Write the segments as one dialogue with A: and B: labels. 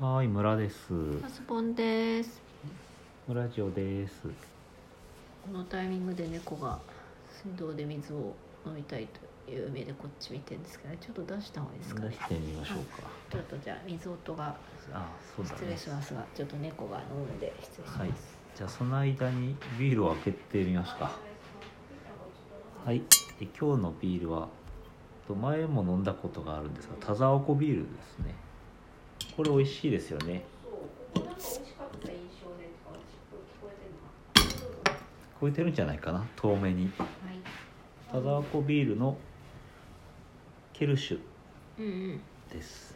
A: はーい、村です。
B: パスポンです
A: 村ジオです。
B: このタイミングで猫が水道で水を飲みたいという目でこっち見てるんですけどちょっと出した方がいいですか
A: 出
B: ね
A: してみましょうか。
B: ちょっとじゃあ水音が
A: あ、そうだ
B: 失礼
A: ね。
B: しますがちょっと猫が飲むので失礼します、
A: はい。じゃあその間にビールを開けてみますか。はい。で今日のビールはと前も飲んだことがあるんですが、田沢湖ビールですね。これ美味しいですよね。聞こえてるんじゃないかな。遠目に。
B: はい
A: 田沢湖ビールのケルシュ
B: うんうん
A: です。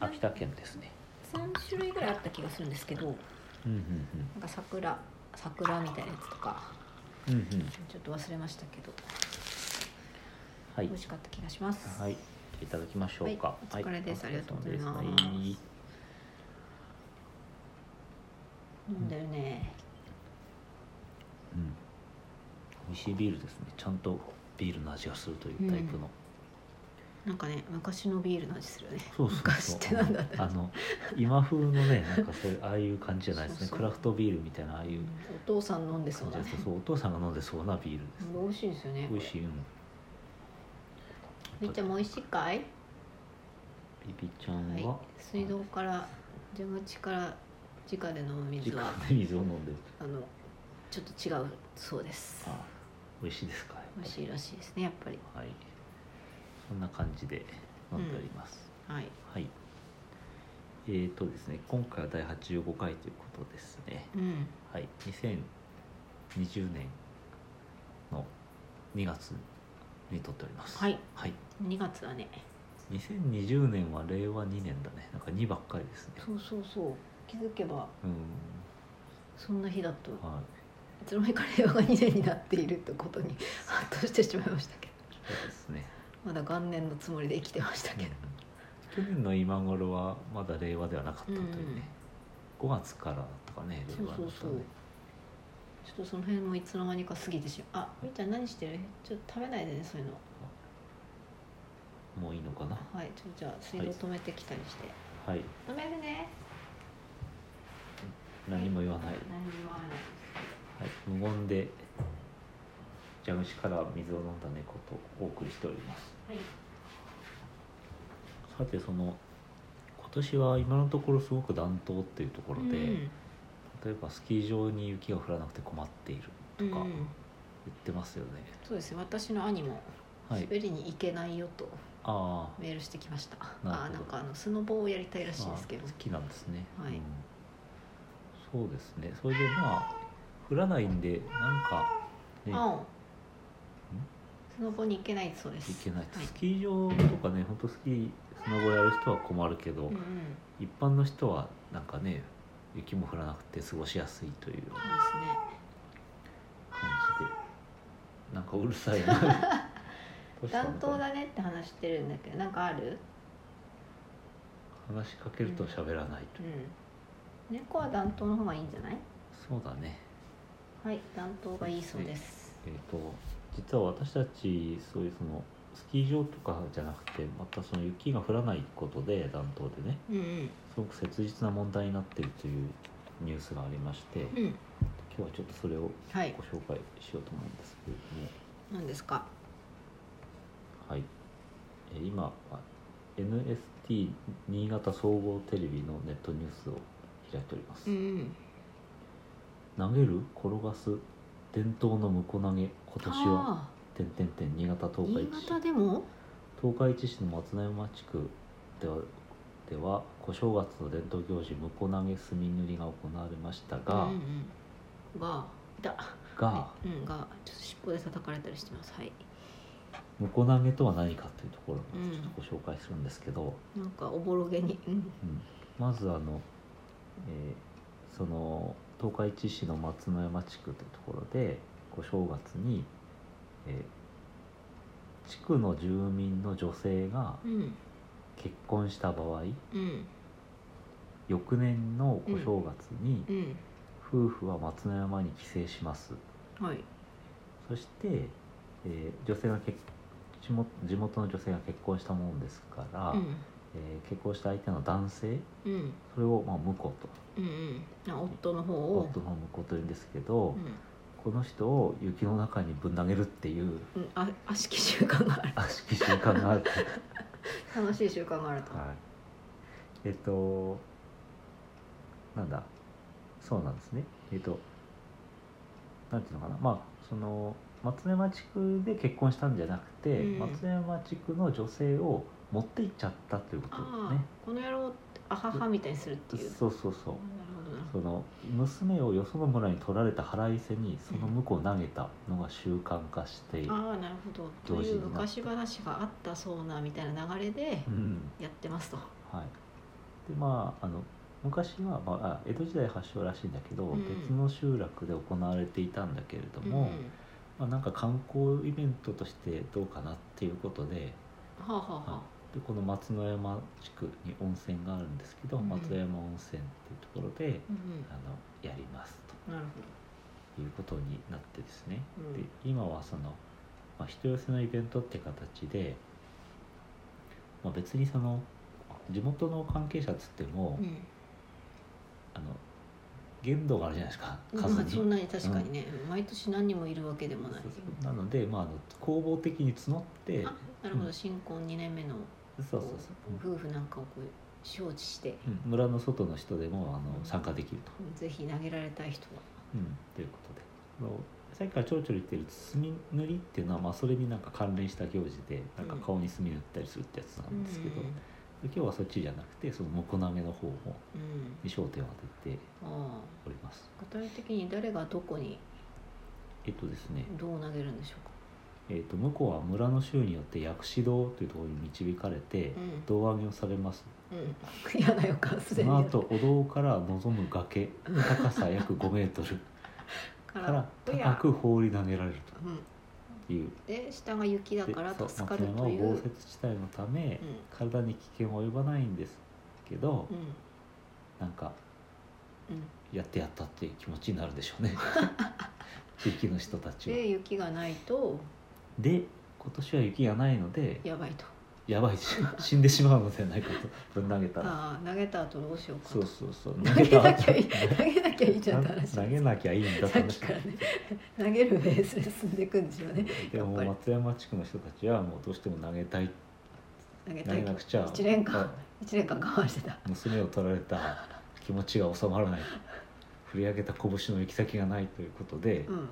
A: 秋田県ですね。
B: 三種類ぐらいあった気がするんですけどなん
A: うんうん
B: か桜桜みたいなやつとか
A: うん。うんうん。
B: ちょっと忘れましたけど、
A: はい
B: 美。味しかった気がします
A: はい、いただきましょうか。
B: はいお疲れですありがとうございます
A: はい
B: 飲んでるね
A: うん、美味しいビールですね。ちゃんとビールの味がするというタイプの。
B: なんかね昔のビールの味するよね
A: そうそう
B: 昔
A: そう。
B: ってなんだって
A: あの今風のね、なんかそういうああいう感じじゃないですね。
B: そうそう
A: クラフトビールみたいなああいう
B: お父さん飲んでそう
A: 感じで
B: だね
A: す。そうお父さんが飲んでそうなビールです。
B: 美味しいですよね
A: 美味しい。うん。
B: みっちゃんも美味しいかい
A: ビビちゃん
B: はい
A: は
B: 水道から蛇口から直で飲む
A: 時
B: 水
A: 間
B: は
A: で水を飲んでる。
B: あのちょっと違うそうです
A: あ、美味しいですか。
B: 美味しいらしいですねやっぱり
A: はい。そんな感じで飲んでおります。
B: はい
A: はい。えーとですね、今回は第85回ということですね。
B: うん
A: はい、2020年の2月に撮っております。
B: はい。
A: はい。
B: 2月だね
A: 2020年は令和2年だね。なんか2ばっかりですね。
B: そうそうそう気づけば
A: うん。
B: そんな日だとい
A: はい。
B: つの間にか令和が2年になっているってことにハッとしてしまいましたけど
A: そうですね。
B: まだ元年のつもりで生きてました
A: う
B: け
A: ん
B: ど
A: 去年の今頃はまだ令和ではなかったというね。
B: うんうん
A: 5月からとかね、
B: そうそうそうちょっとその辺もいつの間にか過ぎてしまうあみっちゃん何してるちょっと食べないでねそういうの
A: う。もういいのかな。
B: はいちょっとじゃあ水道止めてきたりして、
A: はい。
B: 飲めるね
A: 何も言わない。
B: 何もあない
A: はい、無言で蛇口から水を飲んだ猫とお送りしております
B: はい
A: さてその今年は今のところすごく暖冬っていうところで、
B: うん
A: 例えばスキー場に雪が降らなくて困っているとか
B: う
A: 言っ
B: ん
A: てますよね、
B: そうですね私の兄も
A: はい
B: 滑りに行けないよと
A: ああ
B: メールしてきました、
A: なるほど
B: あなんかあのスノボをやりたいらしいですけど
A: ああ好きなんですね、
B: はい
A: うんそうですねそれでまあ降らないんでなんかね
B: 青、スノボに行けないそうです
A: いけない
B: はい
A: スキー場とかねほんとスキースノボやる人は困るけど、
B: うんうんそう
A: 一般の人はなんかね雪も降らなくて過ごしやすいというような
B: ですね
A: 感じでなんかうるさいなどうしたの
B: 暖冬だねって話してるんだけどなんかある
A: 話しかけると喋らないと、
B: うん猫は暖冬の方がいいんじゃない
A: そうだね
B: はい暖冬がいいそうです
A: えっ、と実は私たちそういうそのスキー場とかじゃなくてまたその雪が降らないことで暖冬でね
B: うんうん
A: すごく切実な問題になっているというニュースがありまして今
B: うん
A: 日はちょっとそれを
B: はい
A: ご紹介しようと思うんですけれども。
B: 何ですか
A: はい、えー今あ NST 新潟総合テレビのネットニュースを開いております、
B: ん
A: 投げる転がす伝統の婿投げ今年は
B: あ
A: 点点点新潟
B: ー
A: 東海
B: 新
A: 市
B: 潟でも
A: 東海市市の松山地区ではでは小正月の伝統行事婿投げ墨塗りが行われましたが、
B: うんうん、がだ
A: が
B: うんがちょっと尻尾で叩かれたりしてますはい
A: 婿投げとは何かというところを
B: うん
A: ちょっとご紹介するんですけど、
B: なんかおぼろげにうん
A: うんまずあの、えーその東海地市の松の山地区というところでこう正月に、えー地区の住民の女性が
B: うん
A: 結婚した場合
B: うん
A: 翌年の小正月に
B: うん
A: 夫婦は松の山に帰省します
B: はい
A: そして、えー女性が結地元地元の女性が結婚したものですから、
B: うん
A: えー結婚した相手の男性
B: うん
A: それをまあ婿と
B: うんうんあ夫の方を
A: 夫の婿というんですけど、
B: うん
A: この人を雪の中にぶん投げるっていう
B: うんあ悪しき習慣がある
A: 悪しき習慣があって、
B: 楽しい習慣があると、
A: はい、えっとなんだそうなんですねえっとなんていうのかなまあその松山地区で結婚したんじゃなくて、
B: うん
A: 松山地区の女性を持って行っちゃったということ
B: ああ、
A: ね
B: この野郎あははみたいにするっていう
A: そうそうそう
B: なるほどなる
A: そ
B: ほ
A: の娘をよその村に取られた腹いせにその婿を投げたのが習慣化している、
B: どああなるほどという昔話があったそうなみたいな流れで
A: うん
B: やってますと、
A: はい、でまああの昔は、まああ、江戸時代発祥らしいんだけど、
B: うん
A: 別の集落で行われていたんだけれど
B: うん
A: も、まあ、なんか観光イベントとしてどうかなっていうことで,、
B: はあ、はあはあ
A: は、い、でこの松野山地区に温泉があるんですけど、
B: うん
A: 松野山温泉っていうところで、
B: うん
A: あのやります
B: うん、なる
A: ということになってですね、
B: ほど、うん
A: で今はその、まあ、人寄せのイベントって形で、まあ、別にその地元の関係者っつっても、
B: うん
A: あの限度があるじゃないですか
B: まあ
A: 数に。
B: そんなに確かにね、毎年何人もいるわけでもない
A: そうそうなので、まあ、あの工房的に募って
B: あなるほ
A: う
B: ど
A: ん
B: 新婚2年目の
A: そうそうそう、
B: 夫婦なんかをこう招致して、
A: うん村の外の人でもあの参加できると、
B: ぜひ投げられたい人は
A: うん、ということであのさっきからちょろちょろ言ってる墨塗りっていうのは、まあ、それになんか関連した行事でなんか顔に墨塗ったりするってやつなんですけど、
B: うん
A: 今日はそっちじゃなくてその木投げの方も
B: うん
A: に焦点を当てて
B: あ
A: おります
B: あ具体的に誰がどこに
A: えっとですね、
B: どう投げるんでしょうか、
A: えっと、向こうは村の州によって薬師堂というところに導かれて、
B: うん
A: 胴上げをされます
B: うん、嫌な予感す
A: そ
B: でに
A: の後お堂から望む崖高さ約5メートル
B: か
A: から
B: う
A: 高
B: や
A: く放り投げられる
B: うん、
A: という
B: で下が雪だ
A: で
B: から
A: そう
B: 助か
A: 松
B: る
A: 山
B: と
A: は
B: い
A: 豪
B: う
A: 雪地帯のため
B: うん
A: 体に危険は及ばないんですけど
B: うん
A: なんか
B: うん、
A: やってやったっていう気持ちになるでしょう ね地域の人たちは
B: で雪がないと
A: で今年は雪がないので
B: やばいと
A: やばいし死んでしまうのではないかとぶん投げたら
B: ああ投げた後どうしようか
A: そ
B: と
A: うそうそう
B: 投げなきゃいい
A: 投
B: 投げなきゃいいじゃんって話
A: げなきゃいいんだ
B: さ
A: と
B: っきからね投げるベースで進んでいくんですよね
A: でも
B: やっぱり
A: 松山地区の人たちはもうどうしても投げたい
B: 投げ
A: 投
B: た
A: げ
B: い
A: なくちゃ
B: 一年間
A: は
B: 一年間我慢してた
A: い娘を取られ た気持ちが収まらない振り上げた拳の行き先がないということで、
B: うん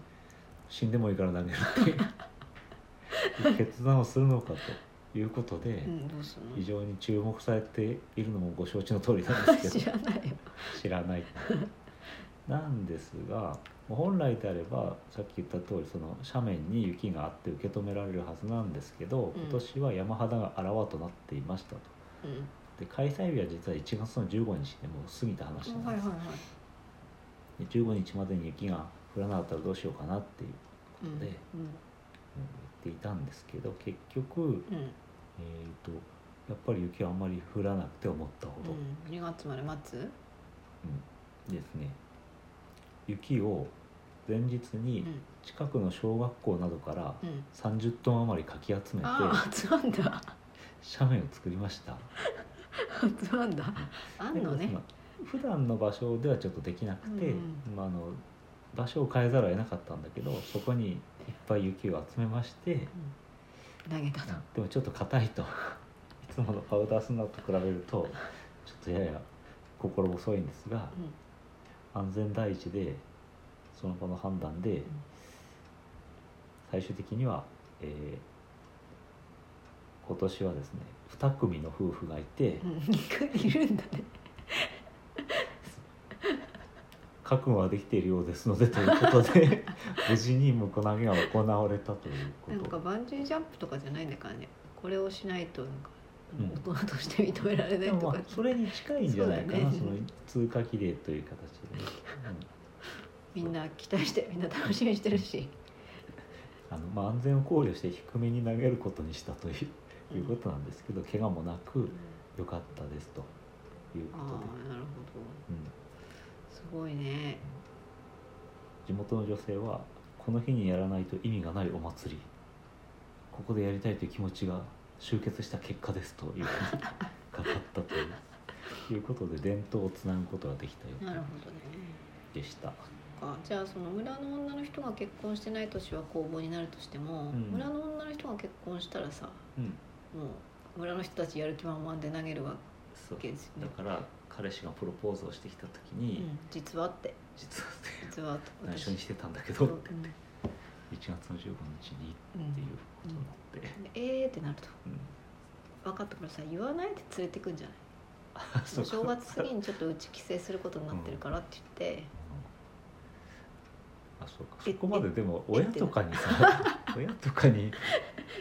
A: 死んでもいいから投げるって いう決断をするのかということで、
B: うんどうす
A: 非
B: る
A: 常に注目されているのもご承知の通りなん
B: の
A: ですけ
B: 知
A: ど
B: らないよ
A: 知らない なんですが本来であればさっき言った通りその斜面に雪があって受け止められるはずなんですけど、
B: うん
A: 今年は山肌があらわとなっていましたと
B: うん
A: で開催日は実は1月の15日でもう過ぎた話
B: あ
A: な
B: は
A: ん
B: い
A: です、
B: はいはい
A: で15日までに雪が降らなかったらどうしようかなっていう
B: う
A: ことで、うん言
B: ん
A: っていたんですけど結局、
B: うんうん
A: えー、とやっぱり雪はあんまり降らなくて思ったほど、
B: うん二月まで待つ
A: うんですね雪を前日に
B: うん
A: 近くの小学校などから
B: うん
A: 30トン余りかき集めて
B: ああ集まんだ
A: 斜面を作りました
B: 集まんだあんの
A: で
B: ね
A: まあ普段の場所ではちょっとできなくて、
B: うん
A: まあ、あの場所を変えざるを得なかったんだけどそこにいっぱい雪を集めまして
B: 投げたと
A: でもちょっと硬いと いつものパウダースノーと比べるとちょっとやや心細いんですが
B: うん
A: 安全第一でその後の判断で最終的には、えー今年はですね2組の夫婦がいて
B: うんいるんだね
A: 覚悟はできているようですのでということ で無事に向こう投げが行われたというこ
B: なん
A: と
B: かバンジージャンプとかじゃないんだからねこれをしないとなんか
A: うん
B: 大人として認められない
A: で
B: と
A: もま
B: か
A: あそれに近いんじゃないかなそ,、
B: そうだね
A: の通過儀礼という形でね、
B: みんな期待してみんな楽しみにしてるし、
A: うんあのまあ、安全を考慮して低めに投げることにしたという,、いうことなんですけど怪我もなく良かったですという
B: あ
A: こ
B: あ
A: とで、
B: なるほ
A: うん、
B: どすごいね
A: 地元の女性はこの日にやらないと意味がないお祭り ここでやりたいという気持ちが集結した結果ですというかかったというということで伝統をつなぐことができたよ
B: なるほどね
A: でした
B: あじゃあその村の女の人が結婚してない年は公募になるとしても、
A: うん
B: 村の女の人が結婚したらさ
A: うん
B: もう村の人たちやる気満々で投げるわ
A: そう
B: けですよね
A: だ、から彼氏がプロポーズをしてきた時
B: う
A: に、
B: ん、実はって
A: 実はね
B: 実はと
A: 内緒にしてたんだけど
B: う
A: っ
B: ん
A: て1月の15日に
B: うん
A: っていうことになって、
B: でえーってなると
A: うん
B: 分かったからさ言わないで連れてくんじゃない
A: あ
B: お
A: そうか
B: 正月過ぎにちょっとうち帰省することになってるからって言って、
A: あそうか
B: え
A: そこまででも
B: え
A: 親とかに さ親とかに
B: い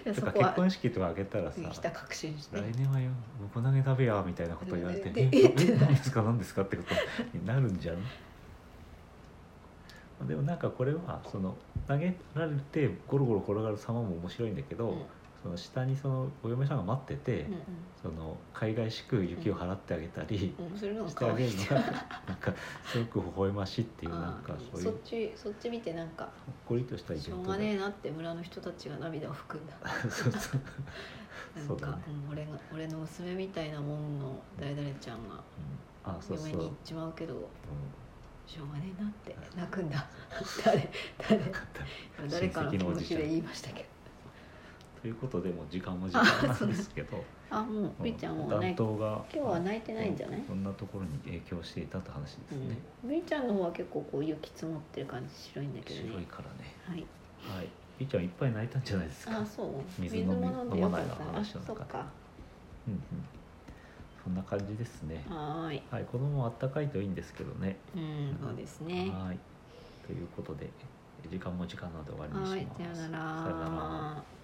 B: や
A: と
B: そ
A: か
B: こ
A: 結
B: は
A: 婚式とかあげたらさ
B: できた確信して、
A: 来年はよおこ投げ食べやみたいなこと言われて「
B: で
A: え
B: でえっ
A: え何ですか何ですか?」ってことになるんじゃんまあでもなんかこれはその投げられてゴロゴロ転がる様も面白いんだけど、
B: うん
A: その下にそのお嫁さんが待ってて、
B: うん
A: その海外しく雪を払ってあげたり
B: うんうん、それの方
A: し
B: が
A: てあ
B: 可
A: げ
B: 愛
A: る
B: い
A: のがなんかすごく微笑ましいっていうなんか
B: あー
A: そういう
B: っちそっち見てなんか
A: ほっこりとしたイベ
B: しょ
A: ン
B: う
A: ト
B: が
A: で
B: ねえなって村の人たちが涙を含んだ
A: そうそう
B: なん
A: そう
B: か
A: だね
B: うん俺が俺の娘みたいなもんの誰々ちゃんが
A: うんあそうそう
B: 嫁に
A: う
B: 行っ
A: ん
B: ちまうけどしょうがねえなって泣く んだ誰誰
A: よかった
B: 誰か
A: 親
B: の気
A: 戚のお
B: 持
A: じち
B: ち
A: ゃん
B: で言いましたけど
A: ということでもう時間も時間なんですけど
B: あも
A: う
B: う
A: ん
B: みーちゃんも
A: 暖
B: ね
A: 冬が
B: 今日は泣いてないんじゃない
A: そんなところに影響していたって話ですね、
B: うんみーちゃんの方は結構こう雪積もってる感じ白いんだけど
A: 白い
B: ね
A: からね
B: はい
A: はいみーちゃんいっぱい泣いたんじゃないですか
B: あそう
A: 水
B: 水
A: 飲み
B: も飲んでよかっ
A: 飲まない
B: た
A: の
B: あ
A: 話
B: そ
A: の
B: っ
A: 中で
B: か
A: うんうんそんな感じですね
B: はーい
A: はい子供はあったかいといいんですけどね
B: うんそうですね
A: はいということで時間も時間なので終わりにし
B: はい
A: ます
B: さよな
A: さよなら
B: ら